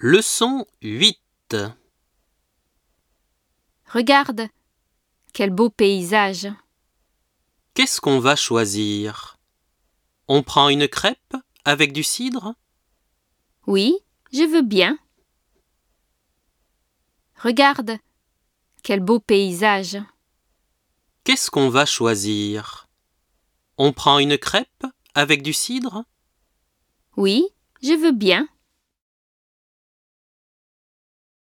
Leçon 8 Regarde, quel beau paysage. Qu'est-ce qu'on va choisir On prend une crêpe avec du cidre Oui, je veux bien. Regarde, quel beau paysage. Qu'est-ce qu'on va choisir On prend une crêpe avec du cidre Oui, je veux bien.